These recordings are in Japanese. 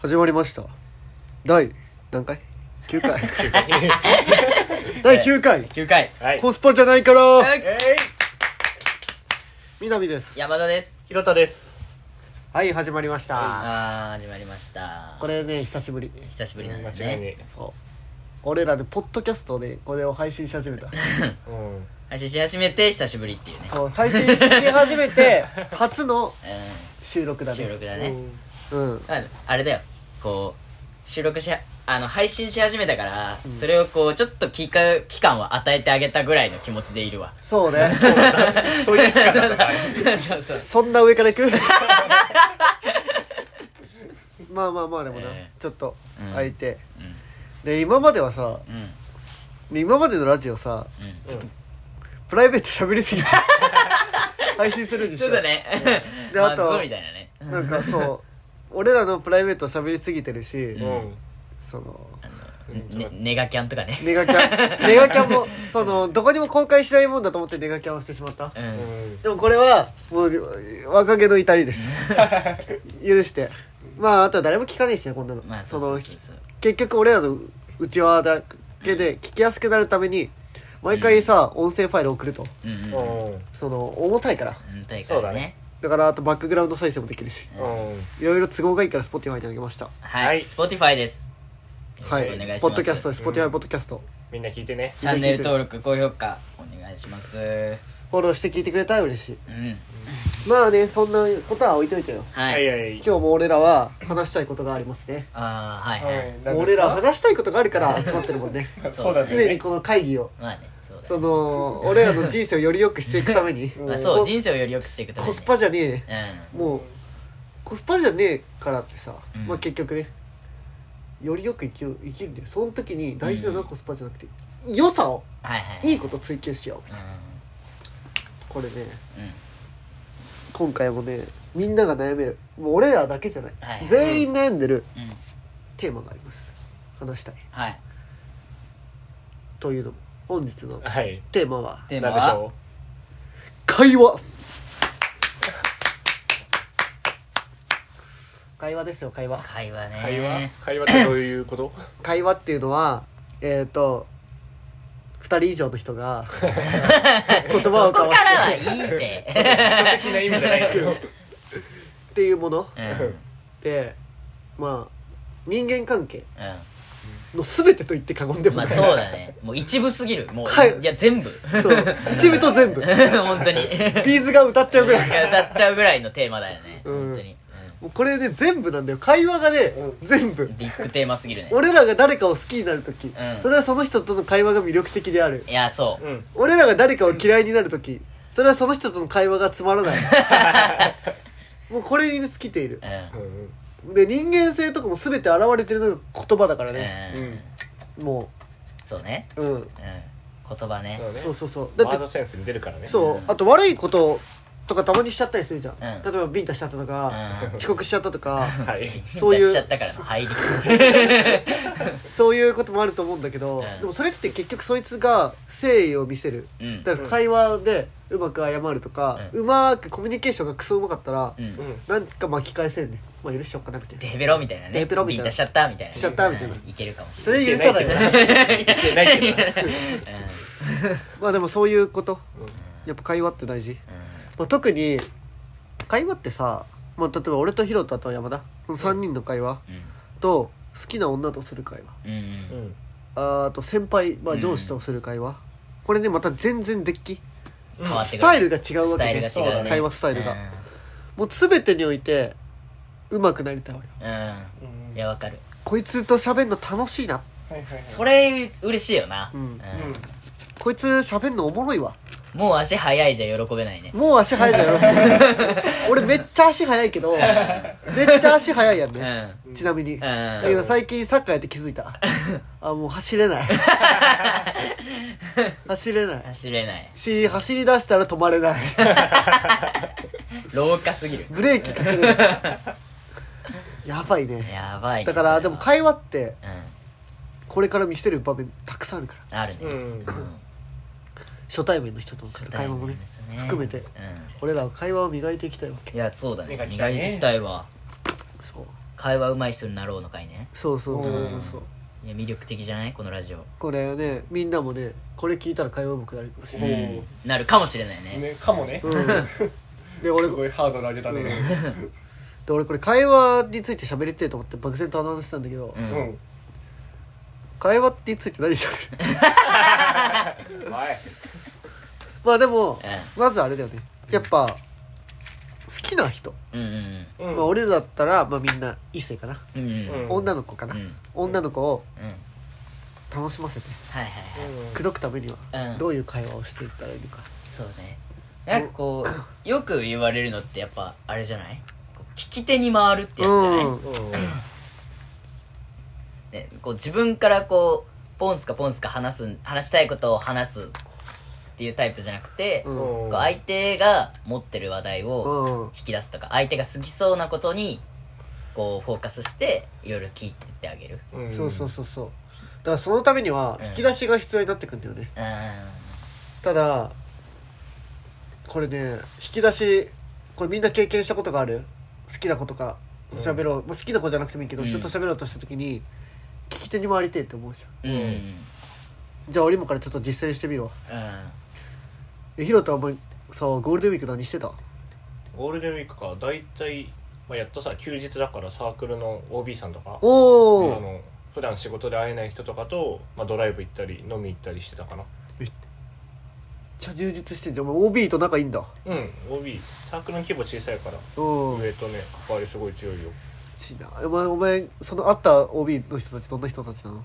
始まりました第何回 ?9 回第9回9回はい。コスパじゃないかうらんえい南です山田ですひろたです。はい始まりましたあー始まりましたこれね久しぶり久しぶりなんだ間違ねいねそう俺らでポッドキャストでこれを配信し始め たえ。う配信し始めて久しぶりっていうねそう配信し始めて初のう収録だんね収録だねうんああれだよこう収録しあの配信し始めたからそれをこうちょっと期間期間を与えてあげたぐらいの気持ちでいるわそうねん。そういう期間だったから。そうそうそんな上からいく まあまあまあでもな、えちょっとうん空いて、うんで今まではさうんで今までのラジオさうんプライベート喋りす ぎて配信するでしちょょっとねでまああとそうみたいなねなんかそう俺らのプライベート喋りすぎてるし、んうん。そのうんねネガキャンとかねネガキャンネガキャンもそのどこにも公開しないもんだと思ってネガキャンをしてしまったうんでもこれはもう若気の至りです 許してまああとは誰も聞かねえしねこんなの、まあそそうそうのそうそう結局俺らの内輪だけで聞きやすくなるために毎回さ、音声ファイル送るとうんうんううんん。その重たいから大そう会ねだねだからあとバックグラウンド再生もできるしうん。いろいろ都合がいいから Spotify にあげましたははいい Spotify ですよろはしいくお願いしますポッドキャストです Spotify うんポッドキャストみんな聞いてね。チャンネル登録高評価お願いしますうフォローして聞いてくれたら嬉しいんまあねそんなことは置いといてよははいいあはい。今日も俺らは話したいことがありますねあーはいはい何ですか俺ら話したいことがあるから集まってるも んねそうだ常にね。この会議をまあねそうだそねの俺らの人生をより良くしていくためにまあ そうこ人生をより良くしていくためコにスパじゃねえうもうコスパじゃねえからってさ、うんまあ結局ねよりよく生きよう生きるんだよその時に大事なのはコスパじゃなくて、良さをんはいはいいいこと追求しよううこれねんうん今回もねみんなが悩めるもう俺らだけじゃない、はい全員悩んでるうんテーマがあります話したいはいというのも本日のはい。テーマはテーマなんでしはょ会話会話ですよ会話会話ねう。会 話。会話ってどういうこと。会話っていうのはえっ、と2人以上の人 が言葉をそこ交かわらはしていいって初的な意味じゃないけど。っていうものうんうんでまあ人間関係の全てと言って過言でうんもまなあい、そうだねもう一部すぎるもうはいいや全部そう一部と全部 本当に ビーズが歌っちゃうぐらい 歌っちゃうぐらいのテーマだよねうん本当にもうこれね全部なんだよ会話がね、全部うんビッグテーマすぎるね俺らが誰かを好きになる時、んそれはその人との会話が魅力的であるいやそううん。俺らが誰かを嫌いになる時それはその人との会話がつまらないもうこれに尽きているううんん。で人間性とかも全て現れてるのが言葉だからね、ううんん。もそうねううんうん言葉ねそうね。そうそうそうだワっーてドセンスに出るからね。う。そうあと悪いこととかたまにしちゃったりするじゃん、ん例えばビンタしちゃったとか、うん遅刻しちゃったとかはい。そういう出しちゃったから の入りそういうこともあると思うんだけど、うんでもそれって結局そいつが誠意を見せるうんだから会話でうまく謝るとか、ううんまくコミュニケーションがクソうまかったら、うんうん。なんか巻き返せんねまあ許しちゃおうかなみたいなデベロみたいなねデベロみたいなビンタしちゃったみたいなしちゃったみたいなうんいけるかもしそれないれ許さないからいけないけどな。 まあでもそういうことやっぱ会話って大事、まあ、特に会話ってさ、まあ、例えば俺とヒロとあと山田この3人の会話うんと好きな女とする会話うんうんうん。あーあと先輩、まあ、上司とする会話、これねまた全然デッキ変わってスくるタイルが違うわけねスタイルが違うね会話スタイルが、うもう全てにおいてうまくなりたい俺はんうんいやわかるこいつと喋んの楽しいなはいはい。それ嬉しいよなうんうんこいつ喋んのおもろいわもう足早いじゃ喜べないねもう足早いじゃ ん俺めっちゃ足早いけどめっちゃ足早いやんうんうね、んちなみに、だけど最近サッカーやって気づいたあもう走れ ない走れない走れないし走り出したら止ま れない老化すぎるブレーキかけれないやばいねやばいねだからそれではも会話ってうこれから見せる場面たくさんあるからんあるねうん。初対面の人との会話もね含めてう俺らは会話を磨いていきたいわけんいやそうだね磨き磨たいいねていきたいわそう会話うまい人になろうの回ねそうそうそうそうそういや魅力的じゃないこのラジオ、これねみんなもねこれ聞いたら会話うまくなるかもしれうない、ん、なるかもしれないねねかもねうん、で俺すごいハードル上げたねで俺これ会話について喋りてえと思って漠然と話したんだけど、うんうんはい会話について何喋るまあでも、まずあれだよねやっぱ好きな人、うんうんうんまあ、俺らだったら、まあ、みんな異性かな、うんうんうんうん女の子かな、うん女の子をうん楽しませてはいはいうんはい口説くためにはうんどういう会話をしていったらいいのか、そうねなんかこうよく言われるのってやっぱあれじゃないこう聞き手に回るってやつじゃない、うんね、こう自分からこうポンスかポンスか話す話したいことを話すっていうタイプじゃなくて、うんこう相手が持ってる話題をうん引き出すとか相手が好きそうなことにこうフォーカスしていろいろ聞いてってあげるうんそうそうそうそうだからそのためには引き出しが必要になってくんだよね、うんただこれね引き出しこれみんな経験したことがある好きな子とか喋ろう、まあ、好きな子じゃなくてもいいけど、うん人と喋ろうとした時に聞き手に回りてえって思うじゃんうんうんじゃあ俺もからちょっと実践してみろうんえヒロとはお前さゴールデンウィーク何してたゴールデンウィークか大体、まあ、やっとさ休日だからサークルの OB さんとかあおお、の普段仕事で会えない人とかと、まあ、ドライブ行ったり飲み行ったりしてたかなめっちゃ充実してんじゃんお前 OB と仲いいんだうん OB サークルの規模小さいからうん上とね関わりすごい強いよちなお前お前その会った OB の人たちどんな人たちなの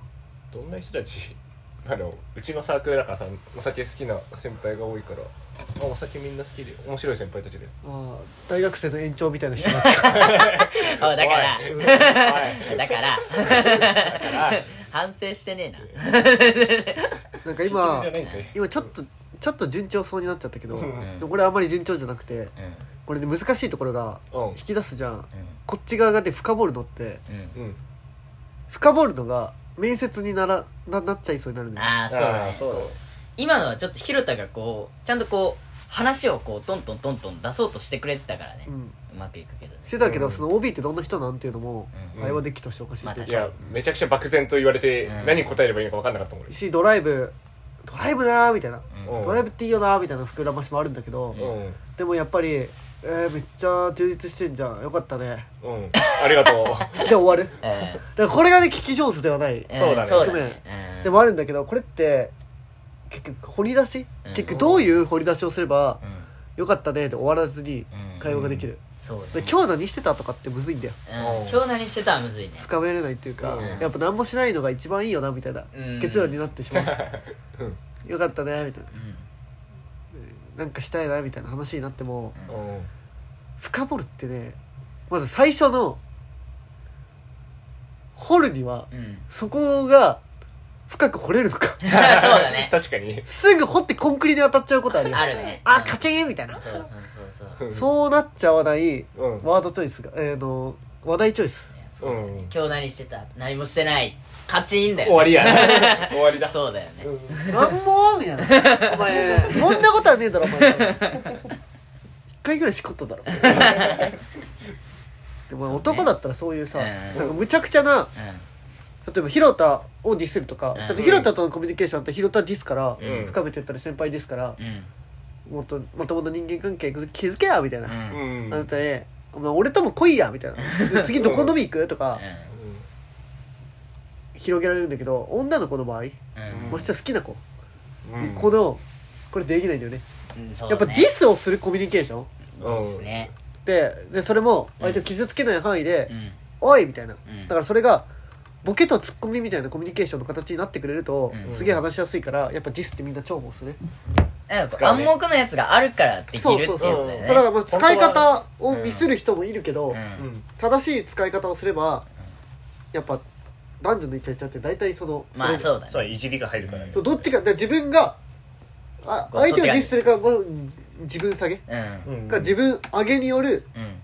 どんな人たち あのうちのサークルだからさお酒好きな先輩が多いから、まあ、お酒みんな好きで面白い先輩たちであー大学生の延長みたいな人たちあだからおいおいだだから から 反省してね なんか 今 じゃないんかい今ちょっとちょっと順調そうになっちゃったけど、うんでもこれあんまり順調じゃなくてえなこれね難しいところがうん引き出すじゃんうんこっち側がね深掘るのってうんうん深掘るのが面接にならななっちゃいそうになるんだよねああそうだあーねそうだこう今のはちょっと広田がこうちゃんとこう話をこうトントントントン出そうとしてくれてたからね、ううんまくいくけどねしてたけど、うんその OB ってどんな人なんっていうのもうん会話できとしておかしいっていういかやめちゃくちゃ漠然と言われて、うん何答えればいいのか分かんなかったもん俺しドライブドライブなーみたいな、うんドライブっていいよなーみたいな膨らましもあるんだけど、うんでもやっぱりえー、めっちゃ充実してんじゃんよかったねうんありがとうで終わるえだからこれがね聞き上手ではない、 ーそうだねえーそうだごめんねうんでもあるんだけどこれって結局掘り出し、うん結局どういう掘り出しをすれば「うんよかったね」で終わらずにうん会話ができる、そうだねで今日何してたとかってむずいんだようんうん今日何してたらむずいね深めれないっていうか、うんやっぱ何もしないのが一番いいよなみたいな、うん結論になってしまううん「よかったね」みたいな「なんかしたいな」みたいな話になってもうん深掘るってねまず最初の掘るにはうん、うん そこが深く掘れるのかそうだ ね確かにすぐ掘ってコンクリに当たっちゃうことあるよあるねあカチンみたいなそうそうそうそうそうなっちゃわないうんワードチョイスが、えー、の話題チョイ スいやそうだねうん今日何してた何もしてない勝ちいいんだよ終わりや 終わりだそうだよねうんなんもみたいなお前そんなことはねえだろお前一回ぐらいしこっただろ でも男だったらそういうさ、うんなんかむちゃくちゃな例えば広田をディスるとか、んだって広田とのコミュニケーションって広田ディスから、うん深めていったら先輩ですからう、んもっとまともな人間関係築けやみたいな、うんうあんうんうんなたねお前俺とも来いやみたい な次どこ飲み行くとか広げられるんだけど女の子の場合うんましてや好きな子、うんうんこのこれできないんだよねうんそうやだっぱねディスをするコミュニケーションですねででそれも相手を傷つけない範囲で「うんおい!」みたいな、んだからそれがボケとツッコミみたいなコミュニケーションの形になってくれると、うんすげえ話しやすいからやっぱディスってみんな重宝するなんかこう暗黙のやつがあるからできるってそうやそうつそだう、よねそれはまあ使い方をミスる人もいるけど、うんうん正しい使い方をすればやっぱ男女のイチャイチャって大体そのまあそれそうだそうねいじりが入るからねそうどっちかだから自分があこう相手をデそっちがィスするかもう自分下げうんうんか自分上げによるうん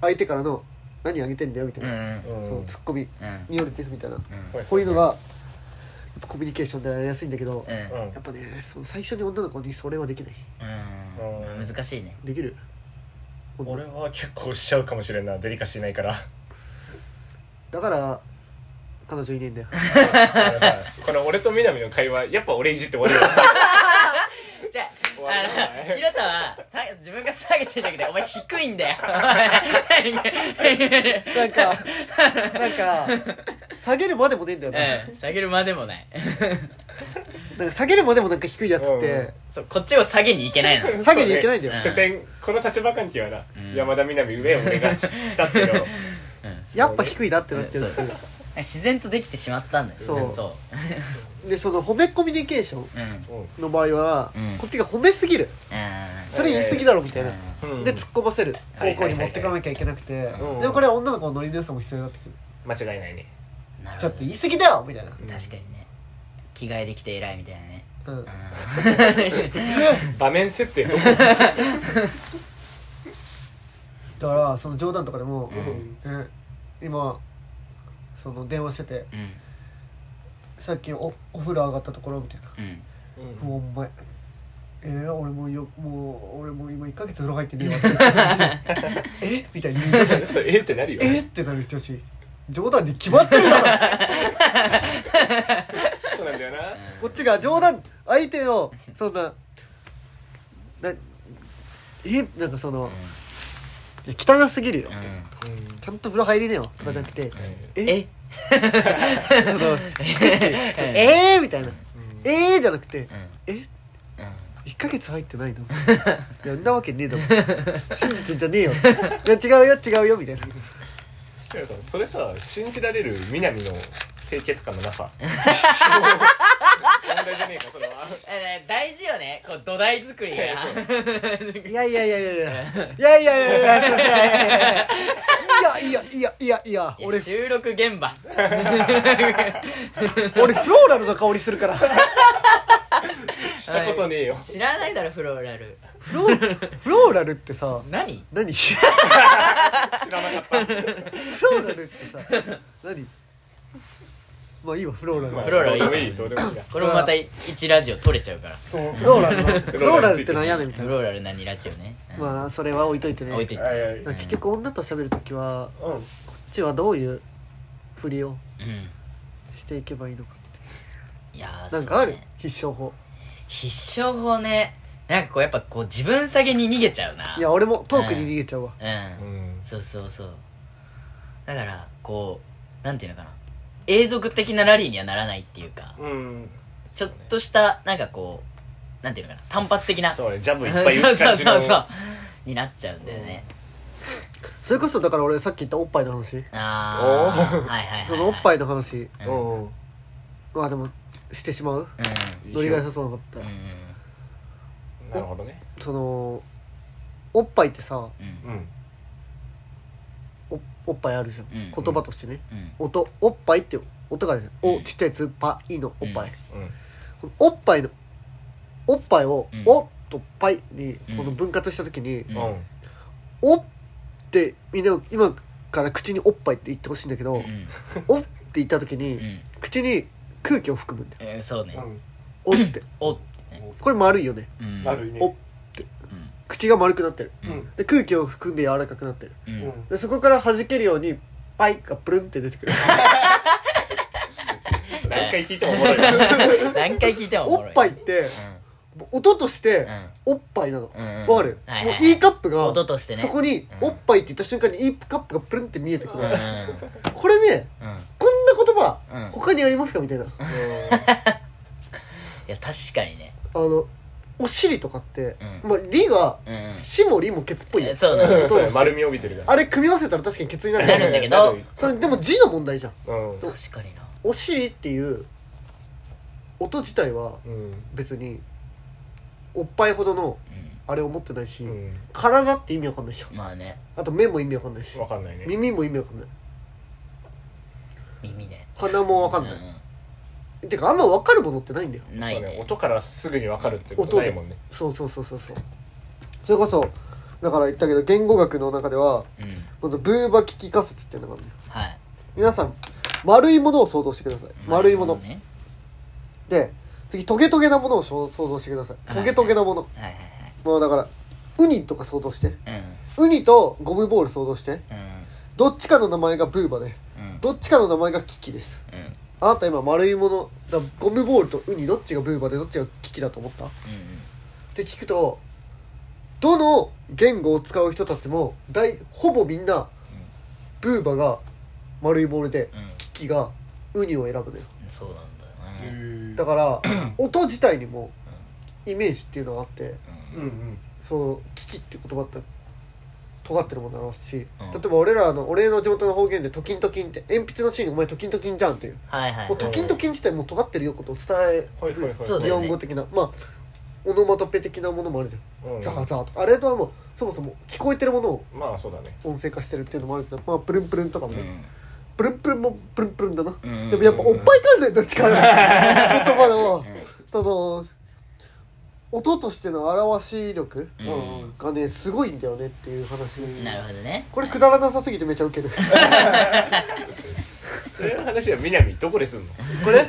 相手からの「何上げてんだよ」みたいうんうな、んうんそのツッコミうんによるディスみたいな、うんはいこういうのがやっぱコミュニケーションでやりやすいんだけど、うやんうんっぱねその最初に女の子にそれはできないうん難しいねできる 俺は結構しちゃうかもしれんなデリカシーないからだから彼女いねえんだよこの俺と南の会話やっぱ俺いじって終わるよじゃあ終わらあなのいひろたはさ自分が下げてるじゃなくてお前低いんだよなんかなんか下げるまでもねえんだよな,、うん下げるまでもないなんか下げるまでもなんか低いやつって、そうこっちを下げにいけない の下げにいけないんだよそうね拠点この立場関係はな、ん山田南上俺がししたっていうのを やっぱ低いなってなっちゃうっていう自然とできてしまったんだよそうそでその褒めコミュニケーションううんうんの場合は、うんこっちが褒めすぎるうそれ言い過ぎだろみたいな、んうんで突っ込ませるは方いは向いはいに持っはいてかなきゃいけなくて、うんでもこれは女の子のノリの良さも必要になってくる、間違いないねなるちょほっとど言い過ぎだよみたいな、確かにね着替えできて偉いみたいなね うん、場面設定どこだからその冗談とかでも、うね今その電話しててうんさっきおお風呂上がったところみたいなう「んもうお前えー、俺もうよもう俺もう今1ヶ月風呂入ってねえわ」って 言ってえみたいに言う女子そうえってなるよえっってなる女子冗談に決まってるだ ろそうなんだよなこっちが冗談相手をそんななえなんかその、いや汚すぎるよ、うんちゃんと風呂入りねよとかじゃなくて、ええそ のえーみたいな「えー」じゃなくてうん「えうん一1ヶ月入ってない の? 」いやんなわけねえだろ信じてんじゃねえよいや違うよ違うよ」みたいなでもさそれさ信じられる南の清潔感のなさ問題じゃねえかそれはえー大事よねこう土台作り「がいやいやいやい やいやいやいやいやいやいやいやいやいやいやいやいやいやいやいや俺収録現場俺フローラルの香りするからフしたことねえよ知らないだろフローラルローフローラルってさ何何フ知らなかったローラルってさ何まあいいわフローラルまはあフローラどうでもいいどうでもいいやこれもまた1ラジオ取れちゃうからそうフローラルはフローラルフローラルってなんやねんみたいフなローラル何ラジオねうんまあそれは置いといてね置いといてはいはい結局女と喋る時はうんこっちはどういうふりをうんしていけばいいのかいやーなんかある、そうね必勝法必勝法ねなんかこうやっぱこう自分下げに逃げちゃうないや俺もトークに逃げちゃうわ、うんうんそうそうそうだからこうなんていうのかな永続的なラリーにはならないっていうかうんちょっとしたなんかこうなんていうのかな単発的なそうねジャブいっぱいそ言ううそ感うじそのうそうになっちゃうんだよねそれこそだから俺さっき言ったおっぱいの話あおあはーいはいはいはいそのおっぱいの話うんうんまあでもしてしまういいよノリが良さそうなことだうんっうたら、んなるほどねそのおっぱいってさうんうんおおっぱいあるじゃん、うん言葉としてねうん音おっぱいって音があるじゃん、うおんちっちゃいつぱいのおっぱい、うんこのおっぱいのおっぱいを、うんおっとぱいにうんこの分割した時に、うんうんおってみんな今から口におっぱいって言ってほしいんだけど、うんうんおって言った時に、うん口に空気を含むんだよえーそうねお っておってこれ丸いよねうん悪いねおうん口が丸くなってるうんで空気を含んで柔らかくなってるううんんでそこから弾けるようにパイがプルンって出てくる何回聞いてもおもろいわ何回聞いてもおもおろいっぱいって音としておっぱいなのうんうんうんわかるはいもはいう E カップ音がとしてねそこにうんおっぱいって言った瞬間に E カップがプルンって見えてくうるんうんこれねうんこんな言葉うん他にありますかみたいなや確かにねあのお尻とかってうんまあ「り」がうんう「んし」も「り」もケツっぽいよえそうなうんのそうだよ丸みを帯びてるかあれ組み合わせたら確かにケツにならるなる んだけどそれでも字の問題じゃんうん確かになお尻っていう音自体は別におっぱいほどのうあれを持ってないし、うん体って意味わかんないしんまあねあと目も意味わかんないしわかんないね耳も意味わかんない耳ね鼻もわかんない、てかあんまわかるものってないんだようんないそうねね音からすぐに分かるってことないもんねそうそうそうそうそうそれこそだから言ったけど言語学の中ではうんこのブーバ危機仮説っていうのがあるんだよはい皆さん丸いものを想像してください丸いもの、ねで次トゲトゲなものを想想像してくださいトゲトゲなものはいはいもうだからウニとか想像してはいウニとゴムボール想像してうんうんどっちかの名前がブーバでうんどっちかの名前がキキですうんうんうんあなた今丸いものだゴムボールとウニどっちがブーバでどっちがキキだと思ったって聞くとどの言語を使う人たちも大ほぼみんなブーバが丸いボールでうんうんキキがウニを選ぶのよそうなんだよねんだから 音自体にもイメージっていうのがあってうんうんそう「危機」って言葉って尖ってるもんだろうし、うん例えば俺らの俺の地元の方言で「トキントキン」って鉛筆のシーン「お前トキントキンじゃん」っていうはいはいもうトキントキン自体もう尖ってるよことを伝えはてくいはいるはいそうだ擬よね音語的なまあオノマトペ的なものもあるじうゃんんザーザーとかあれとはもうそもそも聞こえてるものをまあそうだね音声化してるっていうのもあるけどまあプルンプルンとかもね、うんプルンプルンもプルンプルンだな、うんでもやっぱおっぱい関連の力言葉のその音としての表し力うんうんがねすごいんだよねっていう話なるほどねこれくだらなさすぎてめちゃウケるそれの話は南どこですんのこれうん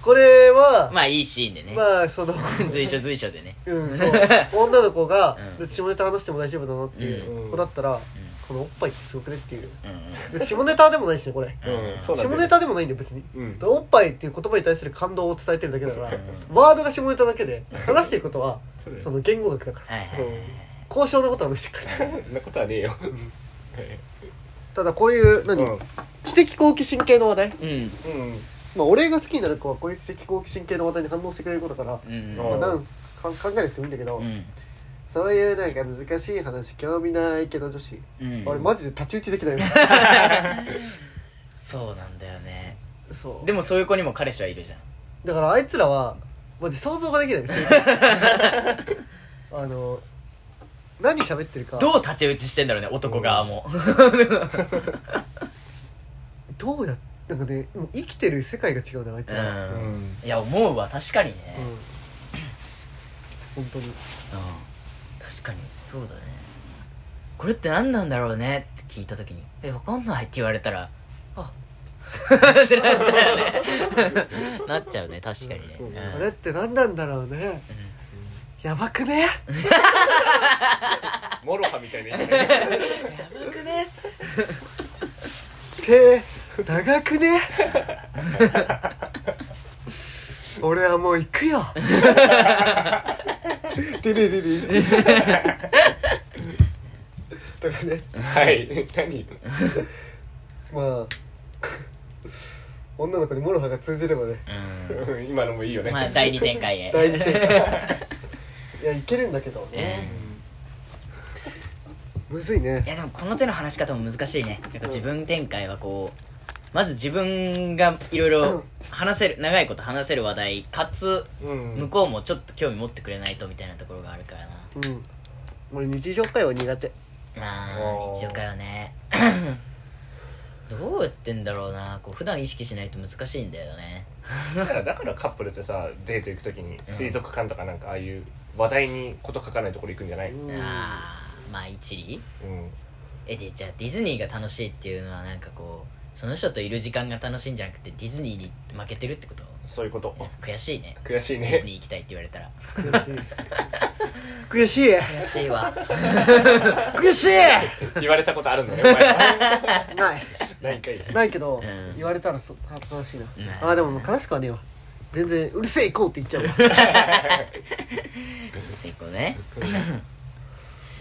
これはまあいいシーンでねまあその随所随所でねうんそう女の子がうん別に下ネタ話しても大丈夫だなっていううん子だったらこのおっぱいってすごくねっていううんうん別に下ネタでもないしねこれうんそうなん下だよネタでもないんだよ別にうんおっぱいっていう言葉に対する感動を伝えてるだけだからワードが下ネタだけで話してることはそうだよその言語学だからはいはいはいはい交渉のことは無視してくれそんなことはねえよただこういう何うん知的好奇心系の話題うんうんまあ俺が好きになる子はこういう知的好奇心系の話題に反応してくれることだから、うんまあ、うんなんか考えなくてもいいんだけど、うんそういうなんか難しい話興味ないけど女子、うん俺マジで太刀打ちできないよそうなんだよねそうでもそういう子にも彼氏はいるじゃんだからあいつらはマジ想像ができないですあの何喋ってるかどう太刀打ちしてんだろうね男側もどうやなんかねもう生きてる世界が違うねあいつうら、うんんいや思うわ確かにねうん本当にうん確かにそうだねこれって何なんだろうねって聞いた時に「えわかんない」って言われたら「あってなっちゃう ねなっちゃうね確かにね、うんあれって何なんだろうねやばくねモロハみたいな言い方ね僕ね手長くね俺はもう行く よてれれれ だからねはい何まあ女の子にモロハが通じればねうん今のもいいよねまあ第二展開へ第 二展開いやいけるんだけどねむずいいねやでもこの手の話し方も難しいねなんか自分展開はこうまず自分がいろ いろ話せる長いこと話せる話題かつうん向こうもちょっと興味持ってくれないとみたいなところがあるからなうん俺日常会話苦手まああー日常会話ねどうやってんだろうなこう普段意識しないと難しいんだよねだからだからカップルってさデート行くときに水族館とかなんかああいう話題にこと書かないところ行くんじゃない、うんうんああまあ一理えでじゃあディズニーが楽しいっていうのはなんかこうその人といる時間が楽しいんじゃなくてディズニーに負けてるってことそういうこと悔しいね悔しいディズニねー行きたいって言われたら悔しい悔しい悔しい わ悔しい 言われたことあるんだねお前 はないないんかいないけど、うん言われたらそあ悲しいな、んああでももう悲しくはねえわ全然うるせえ行こうって言っちゃう わ成功ね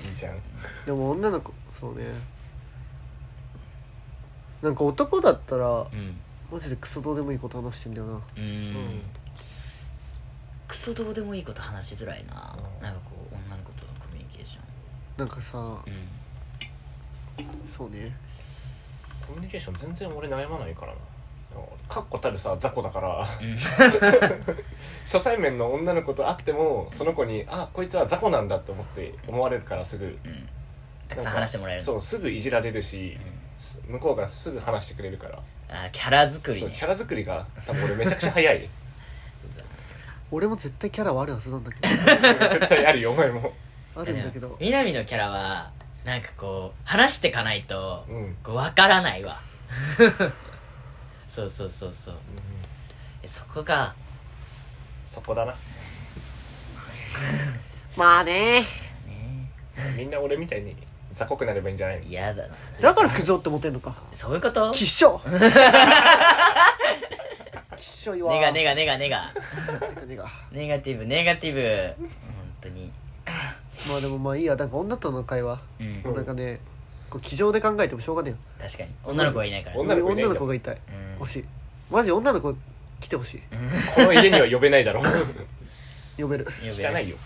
いいじゃんでも女の子そうねなんか男だったらうんマジでクソどうでもいいこと話してんだよなうーんクソどうでもいいこと話しづらいななんかこう女の子とのコミュニケーシなんかさョンうんそうねコミュニケーション全然俺悩まないからなかっこたるさ雑魚だからうん 初対面の女の子と会ってもその子にあこいつは雑魚なんだと思って思われるからすぐうんたくさん話してもらえるそうすぐいじられるしうん、向こうがすぐ話してくれるからあーキャラ作りそうねキャラ作りが多分俺めちゃくちゃ早 い俺も絶対キャラはあるはずなんだけど絶対あるよお前もあるんだけど南のキャラはなんかこう話してかないとうん、うんこう分からないわそうそうそうそうえそこがそこだなまあねねみんな俺みたいに雑魚くなればいいんじゃないの嫌だなだからクズ男って思ってんのかそういうこときっし ょきっしょいわネガネガネガネガネガネガネガティブネガティブ本当にまあでもまあいいやなんか女との会話、うんなんかねこう気丈で考えてもしょうがねえよ確かに女の子はいないからね女の子いないじゃん女の子がいたいうん欲しいマジ女の子来てほしいこの家には呼べない だろう呼べる呼聞べかないよ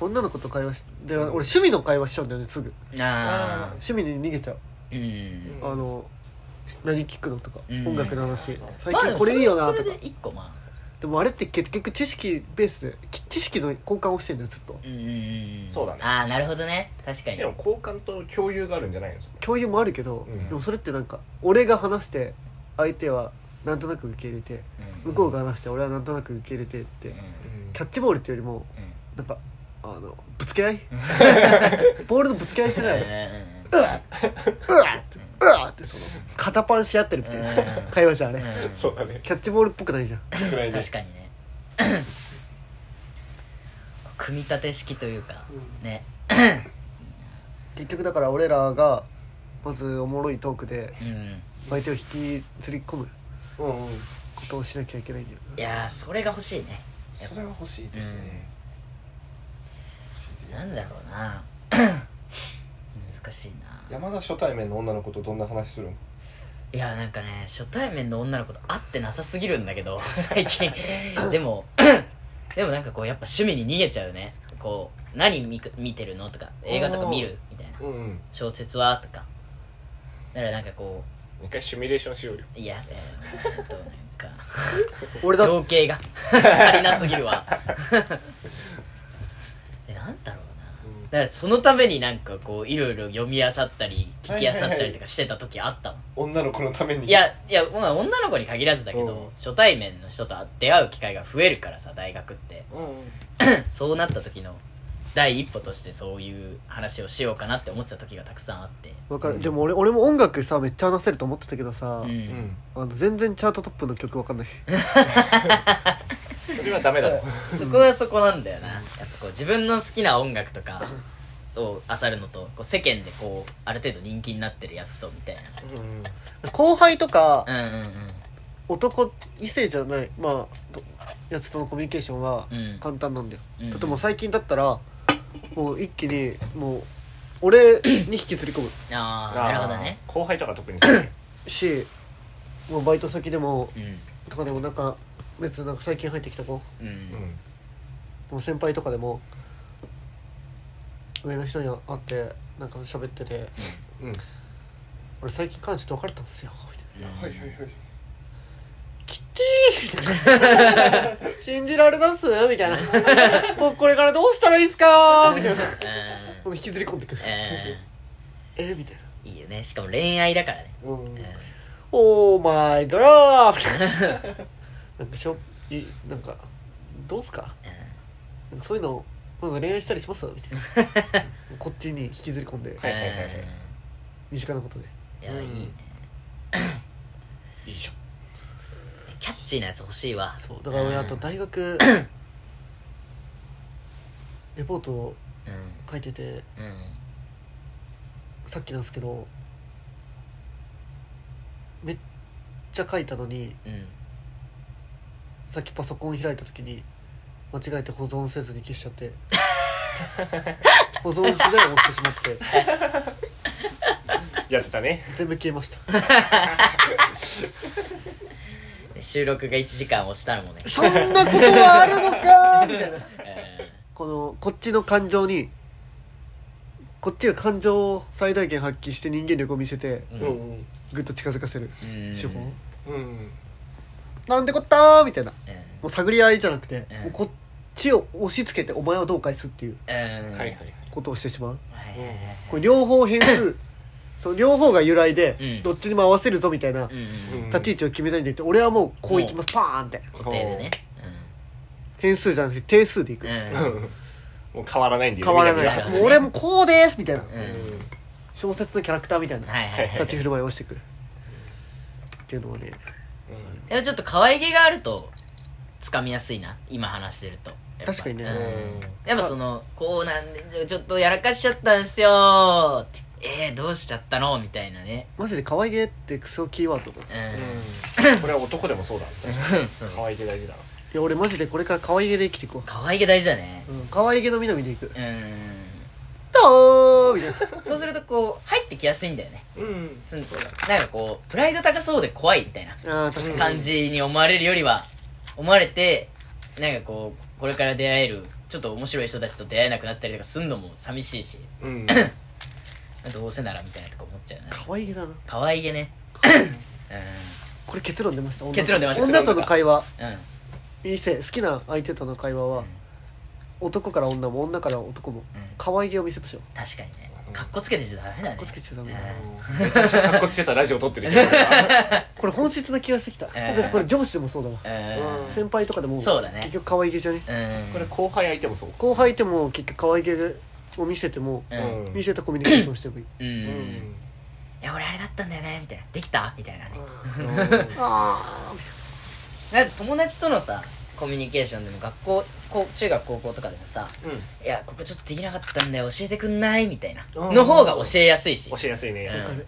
女の子と会話しで俺趣味の会話しちゃうんだよねすぐあ趣味に逃げちゃう、ーうんあの何聞くのとか、うん音楽の話最まあで近もこれいいよなそとれかそれで一個まあでもあれって結局知識ベースでき知識の交換をしてんだよずっとうんうんうんんそうだねああなるほどね確かにでも交換と共有があるんじゃないの共有もあるけど、うんでもそれってなんか俺が話して相手はなんとなく受け入れてうん向こうが話して俺はなんとなく受け入れてって、うんキャッチボールっていうよりもうんなんかあのぶつけ合 いボールのぶつけ合いしてうんなういんうわうわってうわってその肩パンし合ってるみたいなうん会話じゃんあれ、うんうんそうだねキャッチボールっぽくないじゃんくらいで確かにね組み立て式というかね結局だから俺らがまずおもろいトークでうん相手を引きずり込むうんうんことをしなきゃいけないんだよいやーそれが欲しいねそれは欲しいですね欲しいねなんだろうな 難しいな山田初対面の女の子とどんな話するのいやなんかね初対面の女の子と会ってなさすぎるんだけど 最近でも でもなんかこうやっぱ趣味に逃げちゃうねこう何見く見てるのとか映画とか見るみたいなうんうん小説はとかだからなんかこ一回シミュレーションしようよういやえーっとなんか俺だ情景が足りなすぎるわ えなんだろうなだからそのためになんかこういろいろ読み漁ったり聞き漁ったりとかしてた時あったもん、女の子のためにいやいやまあ女の子に限らずだけど、うん初対面の人と出会う機会が増えるからさ大学って うんうんそうなった時の第一歩としてそういう話をしようかなって思ってた時がたくさんあってわかうるんでも俺俺も音楽さめっちゃ話せると思ってたけどさ、うん、うんあの全然チャートトップの曲わかんないそれはダメだろ そこはそこなんだよなやっぱこう自分の好きな音楽とかを漁るのとこう世間でこうある程度人気になってるやつとみたいうん後輩とかなうんうん男異性じゃないまあとやつとのコミュニケーションはうん簡単なんだよ、うんだってもう最近だったらもう一気にもう俺に引きずり込むうんああなるほどねあー後輩とか特にそうねしもうバイト先でもうんとかでもなんか別になんか最近入ってきた子うん、うんでも先輩とかでも上の人に会ってなんか喋っててうんは「俺最近彼女と別れたんすよ」みたいなはいはい「きっちー!」みたいな「 信じられます?」みたいな「もうこれからどうしたらいいっすか?」みたいなうもう引きずり込んでくるんうん「えみたいなうんいいよねしかも恋愛だからね「うんうんオーマイドラー!」みたい ななんかしょいなんかどうっすかなんかそういうのまず恋愛したりしますみたいな こっちに引きずり込んではいはいはいはい身近なことでいやいいねいいじキャッチーなやつ欲しいわそうだから俺うんあと大 学レポートをうん書いててうんさっきなんですけどめっちゃ書いたのにうんさっきパソコン開いた時に間違えて保存せずに消しちゃって保存しないを押してしまってゃんやってたね全部消えましたで収録が1時間押したのも ねそんなことはあるのかみたいなうこのこっちの感情にこっちが感情を最大限発揮して人間力を見せてんんぐっと近づかせるうん手法、うんなんてこったーみたいなうんもう探り合いじゃなくて、うんもうこっちを押し付けてお前はどう返すっていううんはいはいはいことをしてしまうはいはいはいこれ両方変 数その両方が由来で、うんどっちにも合わせるぞみたいなうんうんうん立ち位置を決めないんでって俺はもうこういきますパーンって固定でね変数じゃなくて定数でいく、うんうんうんもう変わらないんだよ変わらみんながいもう俺はもうこうですみたいな、うん小説のキャラクターみたいなはいはいはい立ち振る舞いをしていくっていうのはねうんでもちょっと可愛げがあると掴みやすいな今話してるとやっぱ確かにねうんやっぱそのこうなんでちょっとやらかしちゃったんすよーってえー、どうしちゃったのみたいなねマジで可愛げってクソキーワードだういん、これは男でもそうだ確かそうに可愛い系大事だなや俺マジでこれから可愛げで生きていこ可愛げ大事だねう、うん、可愛げのみのみでいくうんどうみたいなそうするとこう入ってきやすいんだよねうんつんなんかこうプライド高そうで怖いみたいな あー確かに感じに思われるよりは思われてなんかこうこれから出会えるちょっと面白い人たちと出会えなくなったりとかすんのも寂しいしうんどうせならみたいなとか思っちゃうね可愛げだな可愛げねこれ結論出ました女と結論出ました女との会話うんうんいいせ好きな相手との会話は、男から女も女から男も、うん可愛げを見せましょう確かにねうんかっこつけてちゃダメだねかっこつけちゃダメだうんめちゃくちゃかっこつけたラジオ撮ってるけどこれ本質な気がしてきた、えー別にこれ上司でもそうだわ、うん先輩とかでもそうだね結局可愛げじゃねうんこれ後輩相手もそう後輩でも結局可愛げを見せても、うん見せたコミュニケーションしてもいい、ううんいや俺あれだったんだよねみたいなできたみたいなねああなんか友達とのさコミュニケーションでも学校こう中学高校とかでもさうんいやここちょっとできなかったんだよ教えてくんないみたいなうんの方が教えやすいし教えやすいねうんかる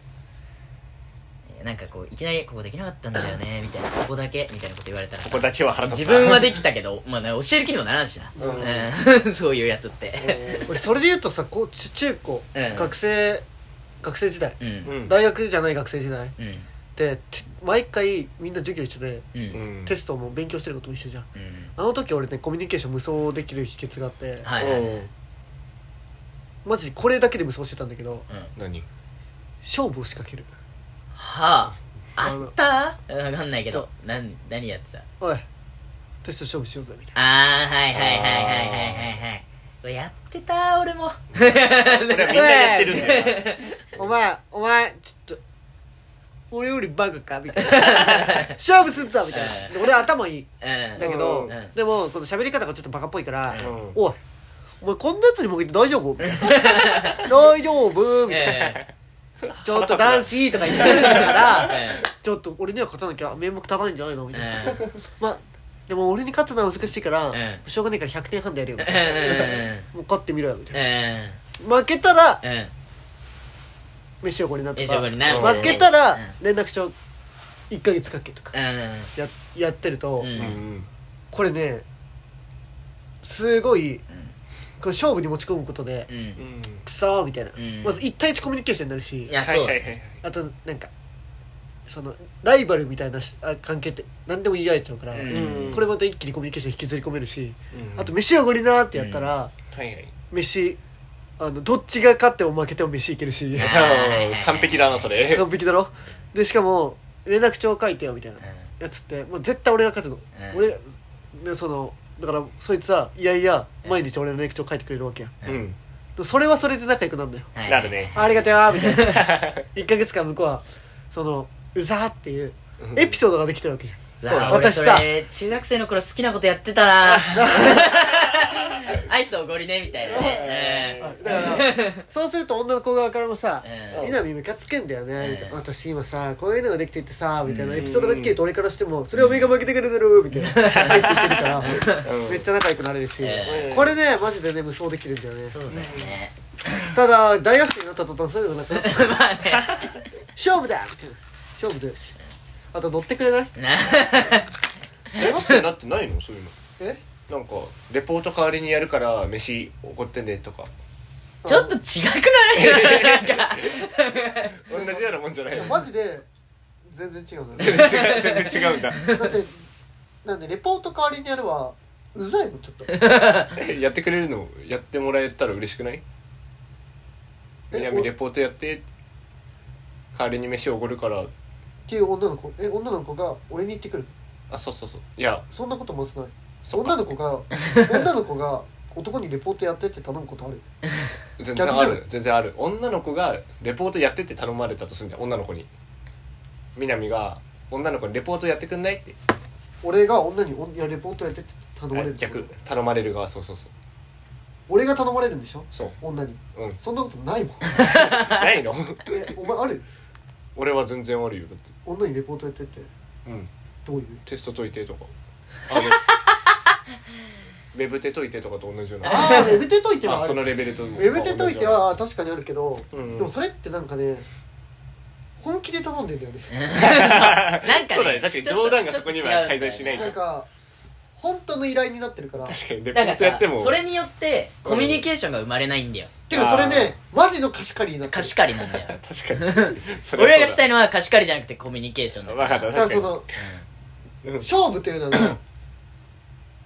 なんかこういきなりここできなかったんだよねみたいなここだけみたいなこと言われたらここだけは腹立自つ分はでできたけどまあね教える気にもならんしなうんうんそういうやつって俺それで言うとさこうち中高、うん学生学生時代、うんうんうん大学じゃない学生時代うんでて毎回みんな授業一緒で、ううんんテストも勉強してることも一緒じゃんうんあの時俺ねコミュニケーション無双できる秘訣があって、はいはいはいうんマジでこれだけで無双してたんだけどうん何勝負を仕掛けるはあああのったわかんないけちょどなん何やってたおいテスト勝負しようぜみたいなあーはいはいはいはいはいはいはいこれやってた俺もこれはみんなやってるんだよお前お前ちょっと俺よりバカかみたいな勝負すんぞみたいなで俺頭いいうんだけど、うんでもこの喋り方がちょっとバカっぽいから「うんおいお前こんなやつに向けて大丈夫?」みたいな「大丈夫?」みたいな、えちょっと男子」とか言ってるんだかーらえちょっと俺には勝たなきゃ面目足らないんじゃないのみたいな、ーまあでも俺に勝つのは難しいから、んしょうがないから100点半でやるよ、えもう勝ってみろよみたいな、え負けたらーうん飯おごりなと飯かおごりな負けたらうん連絡書1ヶ月かけとかうんややってると、うんうんこれねすごいこれ勝負に持ち込むことで、うんううんんくそーみたいな、うんまず1対1コミュニケーションになるしいやはいそうはだいねはいあとなんかそのライバルみたいなしあ関係って何でも言い合えちゃうから、うんうんこれまた一気にコミュニケーション引きずり込めるし、うんあと飯おごりなーってやったら、はいはい飯あのどっちが勝っても負けても飯いけるしあうん完璧だなそれ完璧だろでしかも連絡帳書いてよみたいなやつってもう絶対俺が勝つの、うん俺でそのだからそいつはいやいや毎日俺の連絡帳書いてくれるわけやううんんでそれはそれで仲良くなるんだよはいなるねありがとうよーみたいな 1ヶ月間向こうはそのうざーっていうエピソードができてるわけじゃんうわそうだ俺私そされ中学生の頃好きなことやってた なアイスおごりねみたいなねあだからそうすると女の子側からもさう「ん稲見ムカつけんだよね」みたいな「私今さこういうのができていってさ」みたいなうんエピソードができると俺からしても「それを目が負けてくれてる」みたいな入っていってるからうんめっちゃ仲良くなれるしええこれねマジでね無双できるんだようねんそうだよねただ大学生になった途端そういうのがなくなったまあね勝負だみたいな勝負だしあと乗ってくれない な大学生になってないのそういうのえなんかレポート代わりにやるから飯怒ってねとかちょっと違くないなんか同じようなもんじゃないいのやマジで全然違うんだよ全然違う全然違うんだだってなんでレポート代わりにやるはうざいもんちょっとえ やってくれるのやってもらえたら嬉しくないえ南レポートやって代わりに飯おごるからっていう女の子え女の子が俺に言ってくるあそうそうそういやそんなことまずないそ女んのな子 が女の子が男にレポートやってって頼むことある全逆然じゃあんる全然ある女の子がレポートやってって頼まれたとすんだよ女の子に南が女の子にレポートやってくんないって俺が女においやレポートやってって頼まれるってこと逆頼まれる側そうそうそう俺が頼まれるんでしょそう女にう んそんなことないも んないのえお前ある俺は全然あるよだって女にレポートやってって うん どういうテスト解いてとかあのウェブ手解いてとかと同じようなああウェブ手解いてはああそのるレベルとウウェブ手解いては確かにあるけど、うんでもそれってなんかね本気で頼んでんだよねなんかねそうだね確かに冗談がそこにちはょっと違うんだよね介在しないなんか本当の依頼になってるから確かにレポだからートやさってもそれによってコミュニケーションが生まれないんだよてかそれねマジの貸し借りになってる貸し借りなんだよ確かにそれは俺らがしそうたいのは貸し借りじゃなくてコミュニケーションだだよわかっただから確かそにのうん勝負というのは ね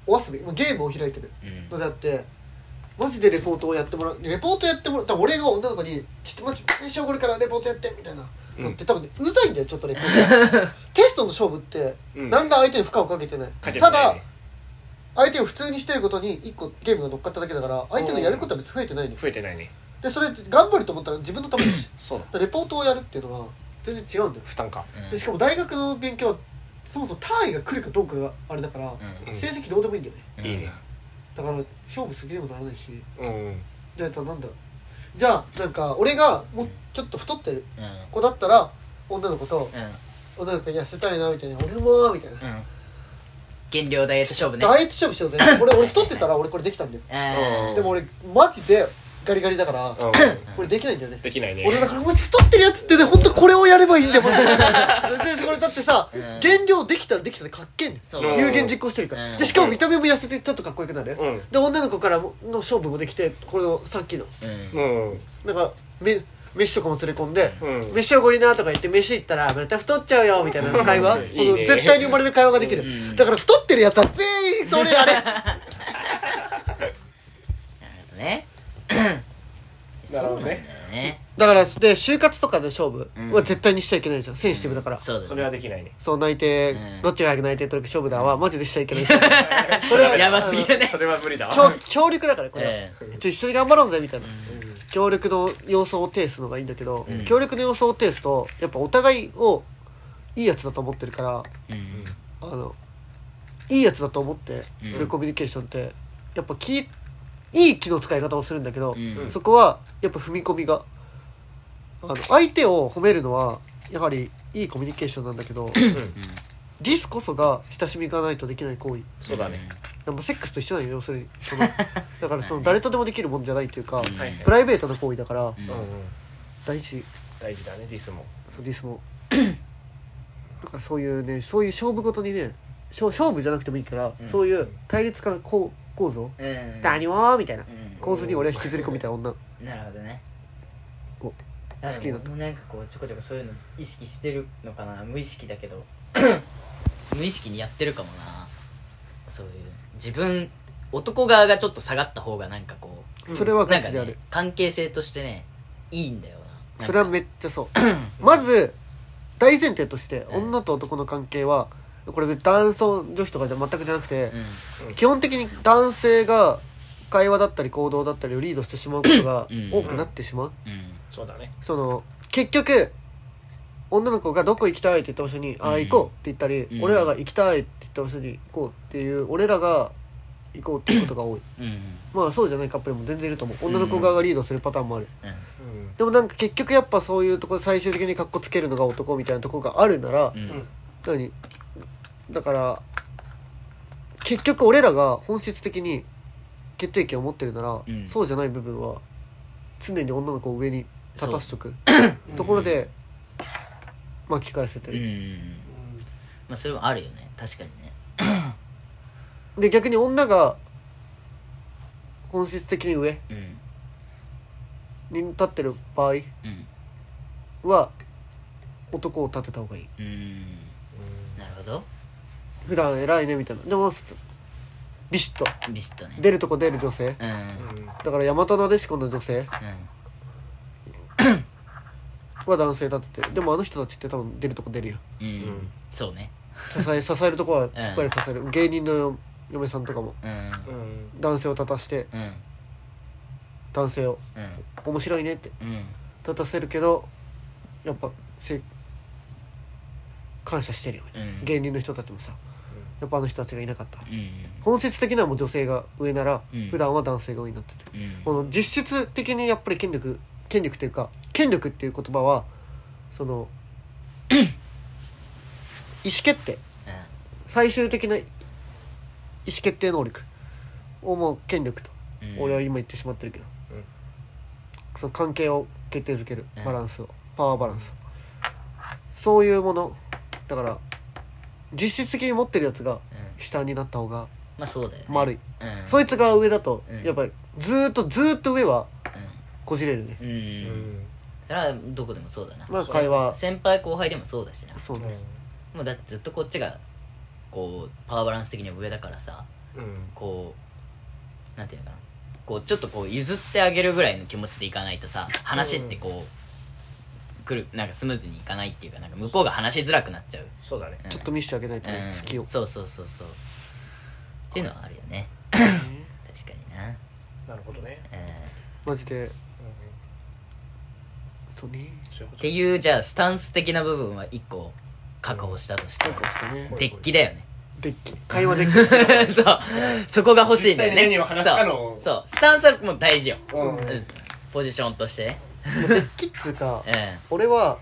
お遊びもうゲームを開いてるうんのであってマジでレポートをやってもらうレポートやってもらう多分俺が女の子に「ちょっとマジ練習これからレポートやって」みたいなうんのって多分ねうざいんだよちょっとレポー トテストの勝負ってうん何ら相手に負荷をかけてないかけてなたいだ相手を普通にしてることに一個ゲームが乗っかっただけだから相手のやることは別に増えてないのよ増えてないねでそれ頑張ると思ったら自分のためだ しそうだだからレポートをやるっていうのは全然違うんだよ負担かうんでしかも大学の勉強はそもそも単位が来るかどうかがあれだから、ううん成績どうでもいいんだよねんいいねだから勝負すげえもならないしうんじゃあなんだろうじゃあなんか俺がもうちょっと太ってるうんうん子だったら女の子とうん女の子に痩せたいなみたいな俺もみたいな、うん減量ダイエット勝負ねダイエット勝負しようぜこれ俺太ってたら俺これできたんだようんでも俺マジでガリガリだからうんこれできないんだよねできないね俺だからマジ太ってるやつってね本当これをやればいいんだよ マジで先生これだってさうん減量できたらできたでかっけえんだよそう有言実行してるから、うんでしかも見た目も痩せてちょっとかっこよくなる、うんで女の子からの勝負もできてこのさっきのうんうんなんかめ飯とかも連れ込んで「うん飯おごりな」とか言って飯行ったら「また太っちゃうよ」みたいな会話いいねこの絶対に生まれる会話ができる、んだから太ってるやつは全員それ やれねなるほそうなどねんだよねだからで就活とかの勝負は絶対にしちゃいけないじゃん、センシティブだから、そうだねそれはできないねそう内定、うんどっちが早く内定取るか勝負だはマジでしちゃいけない しこれはやばすぎるねそれは無理だわ協協力だからこれは、えちょ一緒に頑張ろうぜみたいな、協力の要素を呈すのがいいんだけど、うん協力の要素を呈すとやっぱお互いをいいやつだと思ってるからうんあのいいやつだと思ってうんやるコミュニケーションってやっぱ気いい気の使い方をするんだけど、うんそこはやっぱ踏み込みがあの相手を褒めるのはやはりいいコミュニケーションなんだけどうんディスこそが親しみがないとできない行為そうだねやっぱセックスと一緒なんよ要するにそ のだからその誰とでもできるもんじゃないっていうか、うんはいはいプライベートな行為だからうんうんうん大事大事だねディスもそうディスも だからそういうねそういう勝負ごとにね勝勝負じゃなくてもいいから、うんそういう対立化構構造うん何もみたいなうん構図に俺は引きずり込みたい女なるほどねをあ好きになったでもなんかこうちょこちょこそういうの意識してるのかな無意識だけ ど無意識にやってるかもなそういう自分男側がちょっと下がった方がなんかこうそれはなんガかチである、ね、関係性としてねいいんだよなそれはめっちゃそう まず大前提としてうん女と男の関係はこれ男装女子とかじゃ全くじゃなくてう、ん基本的に男性が会話だったり行動だったりをリードしてしまうことがうん多くなってしまう、うんそうだねその結局女の子が「どこ行きたい?」って言った場所に「ああうん行こう」って言ったり、うん俺らが「行きたい」って言った場所に行こうっていう俺らが行こうっていうことが多いうんうんまあそうじゃないカップルも全然いると思う女の子側がリードするパターンもある、うんうんでもなんか結局やっぱそういうところ最終的にカッコつけるのが男みたいなところがあるなら、うんうん何だから結局俺らが本質的に決定権を持ってるなら、うんそうじゃない部分は常に女の子を上に立たしとくところで巻き返せてうんうる、んまあそれもあるよね確かにねで逆に女が本質的に上うんに立ってる場合うんは男を立てた方がいいうんなるほど普段偉いねみたいなでもビシッとビシッとね出るとこ出る女性うんうんだから大和なでしこの女性は男性立ててでもあの人たちって多分出るとこ出るようん、んそうね支 え支えるとこはしっかり支える、芸人の嫁さんとかもうんうんうん男性を立たしてうん男性をうん面白いねってうん立たせるけどやっぱせ感謝してるよ、うん芸人の人たちもさやっぱあの人たちがいなかったうん本質的にはもう女性が上なら、うん普段は男性が上になっててうんこの実質的にやっぱり権力権力というか権力っていう言葉はそ の意思決定最終的な意思決定能力をもう権力と、うん俺は今言ってしまってるけど、うんその関係を決定づけるうんバランスを、パワーバランスをそういうものだから実質的に持ってるやつがうん下になった方がまあそうだよね丸い、うんそいつが上だと、うんやっぱりずーっとずーっと上はこじれるねうん、う、うんんそれはどこでもそうだなまあ会話先輩後輩でもそうだしなそうね、もうだってずっとこっちがこうパワーバランス的には上だからさうんこうなんていうのかなこうちょっとこう譲ってあげるぐらいの気持ちでいかないとさ話ってこうくるなんかスムーズにいかないっていうかなんか向こうが話しづらくなっちゃう、そうだねうんちょっと見せてあげないとね、うん好きを、そうそうそうそうっていうのはあるよね 確かにななるほどねうんマジでうんそうねそういうこっとていうじゃあスタンス的な部分は1個確保したとしてなんかしたねうんデッキだ よねデッキ会話デ ッキそうそこが欲しいんだよ実際にね何を話すかのそうそうスタンスはもう大事よ、うんうんポジションとしてねもうデッキっつうかうん俺は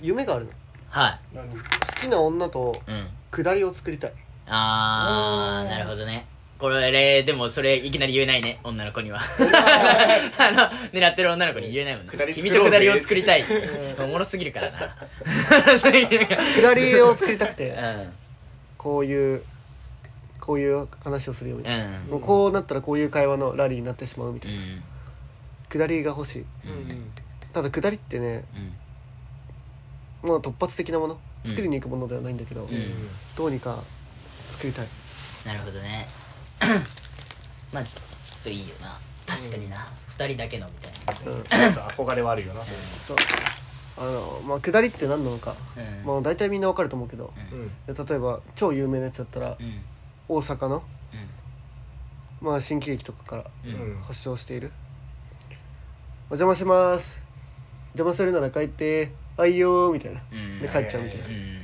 夢があるのはい何好きな女とうん下りを作りたいあうーんなるほどねこれでもそれいきなり言えないね女の子にはあ の狙ってる女の子に言えないもん下ねり作君ろうぜと下りを作りたいおもろすぎるからなそういうの下りを作りたくてがうん こういうこういう話をするように、うんもうこうなったらこういう会話のラリーになってしまうみたういな、ん下りが欲しいうんうんただ下りってねうんもう突発的なものうん作りに行くものではないんだけど、んどうにか作りたいなるほどね まあちょっといいよな確かにな二人だけのみたいなうんちょっと憧れはあるよなそうあのまあ下りって何なのか、うんまあ、大体みんなわかると思うけど、うんうん例えば超有名なやつだったら、うん大阪の、うまあ、新喜劇とかからんうんうん発症しているお邪魔します邪魔するなら帰ってあいよーみたいなうんで帰っちゃうみたいなうん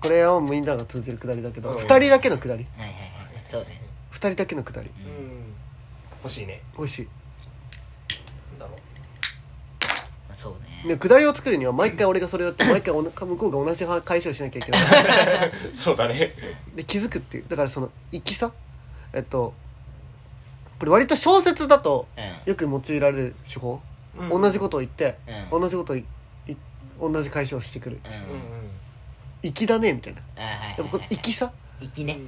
これはもうみんなが通じるくだりだけどうん2人だけのくだりはいはいはいそうね2人だけのくだりううんん欲しいね美味しなんだろうまあそういねでくだりを作るには毎回俺がそれをや って毎回おな向こうが同じ解消しなきゃいけないそうだねで気づくっていうだからその「いきさ」えっとこれ割と小説だとよく用いられる手法、同じこととを言って、うん同じことをいい同じ解消をしてくるうんううんん「粋だね」みたいなあはいはいでもこの「粋さ」生きね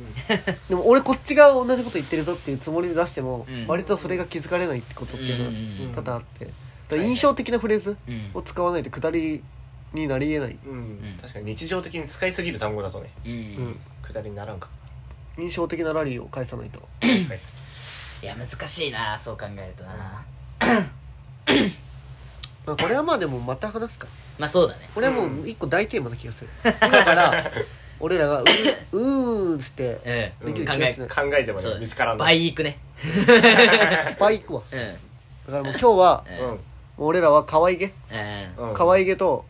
でも俺こっちが同じこと言ってるぞっていうつもりで出しても、うん割とそれが気づかれないってことっていうのはうん多々あって、だから印象的なフレーズうんを使わないと下りになりえない、うんん確かに日常的に使いすぎる単語だとねうんうん、下りにならんか印象的なラリーを返さないとはいいや難しいなそう考えるとなまあこれはまあでもまた話すかまあそうだねこれはもう一個大テーマな気がする、今から俺らがう「うーん」っつってうでんきる考気がしえない考えてもそうね見つからんの倍いくね倍いくわうんうだんからもう今日はううんんうんもう俺らは可愛げうん可愛げと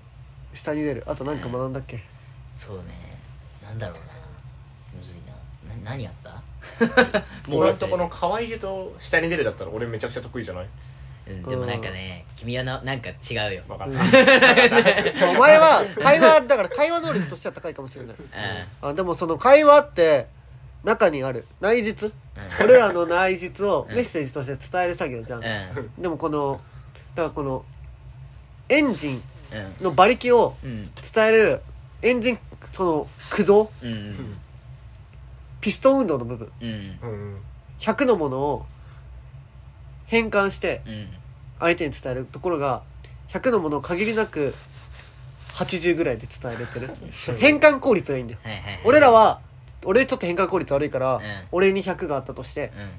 下に出るあと何か学んだっけ そうねなんだろうなむずいなな何やった 俺のとこ忘れの可愛げと下に出るだったら俺めちゃくちゃ得意じゃないたうんでもなんかね君はななんか違うよ分かうっんたまあお前は会話だから会話能力としては高いかもしれないうんあでもその会話って中にある内実うん俺らの内実をうんメッセージとして伝える作業じゃん、うんでもこのだからこのエンジンうんの馬力をうん伝えるエンジンその駆動うんピストン運動の部分うんうん100のものを変換してうん相手に伝えるところが100のものを限りなく80ぐらいで伝えれて る変換効率がいいんだよはいはいはい俺らは俺ちょっと変換効率悪いから、ん俺に100があったとしてうん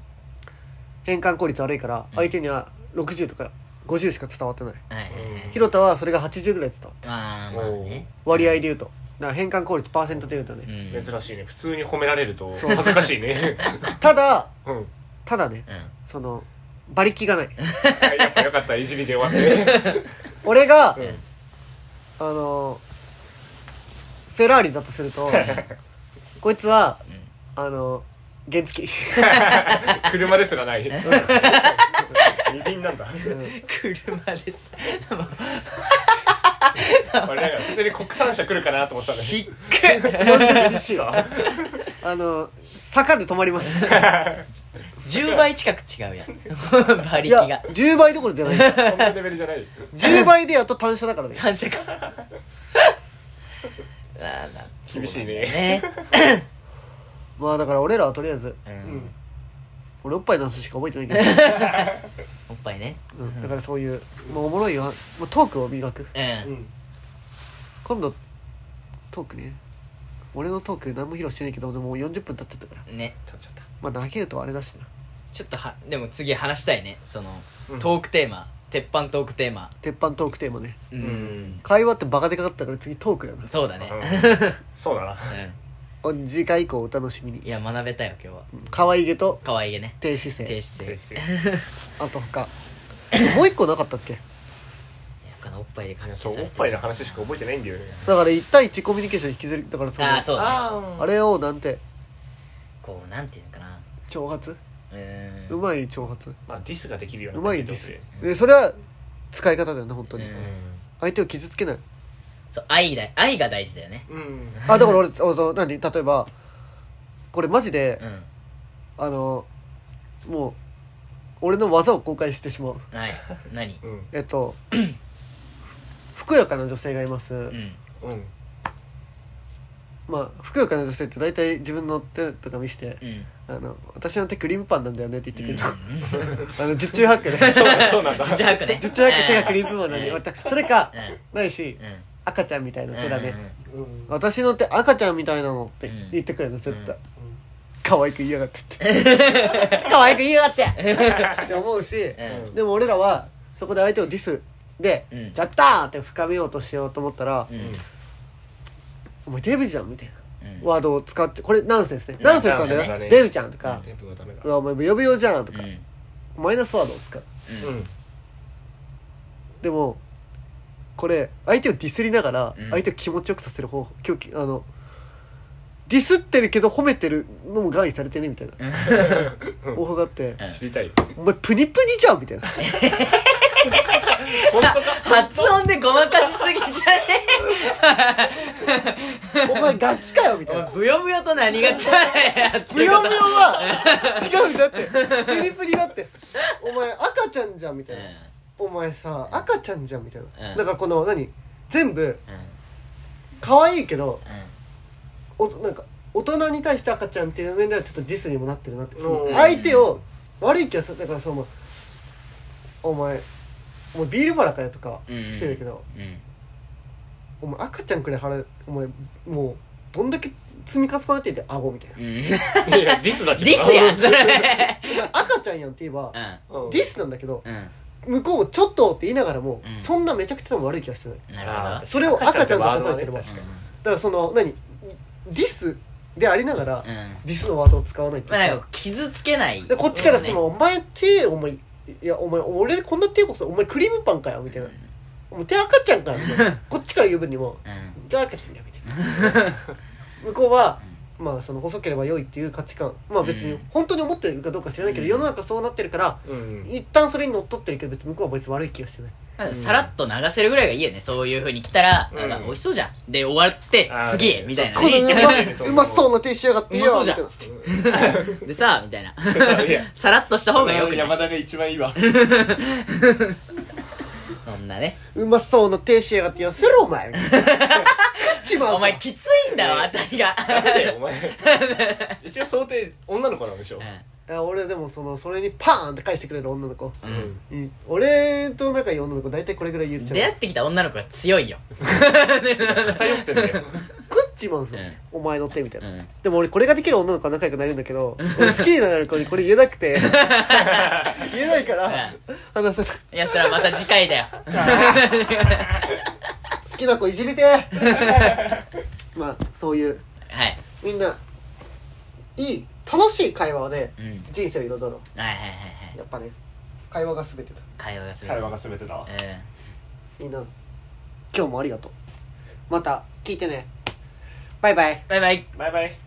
変換効率悪いからうん相手には60とか50しか伝わってないはいはいはいひろたはそれが80ぐらい伝わるまあまあね割合で言うとだから変換効率パーセントで言うとね、うん珍しいね普通に褒められるとそう恥ずかしいねただうんただねうんその馬力がないやっぱよかったいじりで終わって俺が、うんあのフェラーリだとする とこいつはうんあの原付き車ですがない二輪なんだ 車ですあれだから普通に国産車来るかなと思ったのに低っ 40cc あの坂で止まります10倍近く違うやん 馬いや力が10倍どころじゃないそんなレベルじゃない10倍でやっと単車だからね単車 かあーな厳しいねそうなんだよねまあだから俺らはとりあえず、ううんん俺おっぱいの話しか覚えてないけど、おっぱいねうん、だからそういう、まあ、おもろいよ、まあ、トークを磨くうん、うん今度トークね俺のトーク何も披露してないけどでももう40分経っちゃったからねちょちょっとまあ投げるとあれだしなちょっとはでも次話したいねその、うんトークテーマ鉄板トークテーマ鉄板トークテーマねうん、ん会話ってバカでかかったから次トークやなそうだね、うんそうだな お次回以降お楽しみにうん、いや学べたよ今日は可愛げと可愛げね低姿低勢姿勢いあと他もう一個なかったっけや他のおっぱいでい関や係 そされうおっぱているの話しか覚えてないんだよねだから1対1コミュニケーション引きずりだからそのああそうだねあれをなんてこうなんていうのかな挑発うーんうまい挑発まあディスができるよううなまいですうんでそれは使い方だよね本当にうん相手を傷つけないそう愛だ愛が大事だよねうんうんあだから俺 そうそう何例えばこれマジでうんあのもう俺の技を公開してしまうはい何うんえっ とふくよかな女性がいます、うんうんまあふくよかな女性って大体自分の手とか見してうん「あの私の手クリームパンなんだよね」って言ってくるの、う あの十中八九 でそうなんだそうなんだん自白ね十中八九手がクリームパンなんで、うんまたそれかうないしんうん赤ちゃんみたいな手だね、うん私の手赤ちゃんみたいなのって言ってくるの絶対、可愛く言いやがってって可愛く言いやがってって思うし、 うんでも俺らはそこで相手をディスで「うんじゃったー!」って深めようとしようと思ったら「うんお前デブじゃん」みたいなうんワードを使ってこれナンセンスねナンセンスなんだよ、ナンセンスだねデブじゃんとかテープがダメだ「うわお前ブヨブヨじゃん」とうか、んマイナスワードを使ううんでもこれ相手をディスりながらうん相手を気持ちよくさせる方法今日あのディスってるけど褒めてるのも外意されてねみたいな方法があってうん知りたい「お前プニプニじゃん」みたい な本当か発音でごまかしすぎじゃ「ねお前ガキかよ」みたいなブヨブヨと何が違う「ブヨブヨは違うんだってプニプニだってお前赤ちゃんじゃん」みたいな「お前さ赤ちゃんじゃん」みたいうんななんかこの何全部可愛いけどおなんか大人に対して赤ちゃんっていう面ではちょっとディスにもなってるなってそのうん相手を悪い気がするだからそのお前もうビールバラかよとかうん失礼だけど、うんお前赤ちゃんくらい腹お前もうどんだけ積み重なっていて顎みたいなうんいやディスだけデどィスやんそれお前赤ちゃんやんって言えばうんディスなんだけどうん向こうもちょっとって言いながらもうんそんなめちゃくちゃでも悪い気がしてないうんなるそれを赤ちゃんと例えてるるわわだからその何ディスでありながらほどうんディスのワードを使わないっていうまあかなんか傷つけないでこっちからしても「お前手お前いやお前俺こんな手こそお前クリームパンかよ」みたいな「お前手赤ちゃんかよ」みたい なこっちから言う分にもうん「手赤ちゃんだよ」みたいな向こうはまあその細ければ良いっていう価値観まあ別うにん本当に思ってるかどうか知らないけどうん世の中そうなってるからうん一旦それにのっとってるけど別に向こうは別に悪い気が してないまあさらっと流せるぐらいがいいよねそういうふうに来たらうんなんか美味しそうじゃんで終わってあー次へみたいなこのね次うまうまそうな手しやがってうまよそうみじたゃんいな でさみたいないやさらっとした方がよくない山田が一番いいわそんなねうまそうな手しやがってよせろお前みたいな食っちまうぞ お前きついんだわ当たり がダメだよお前一応想定女の子なんでしょ あ俺でもそのそれにパーンって返してくれる女の子ううんんうん俺と仲いい女の子大体これぐらい言っち出ゃ会うってきた女の子が強いよ偏ってんだよ食っちまうぞ、うんお前の手みたいな、うんでも俺これができる女の子は仲良くなれるんだけど俺好きになる子にこれ言えなく て言えないから話せないいやそれはまた次回だ よ好きな子いじりて まあそういうはいみんないい楽しい会話でうんはい人生を彩ろうはいはいはいやっぱね会話が全てだ会話がする会話が全てだわうんみんな今日もありがとうまた聞いてねバイバイバイバイバイバイ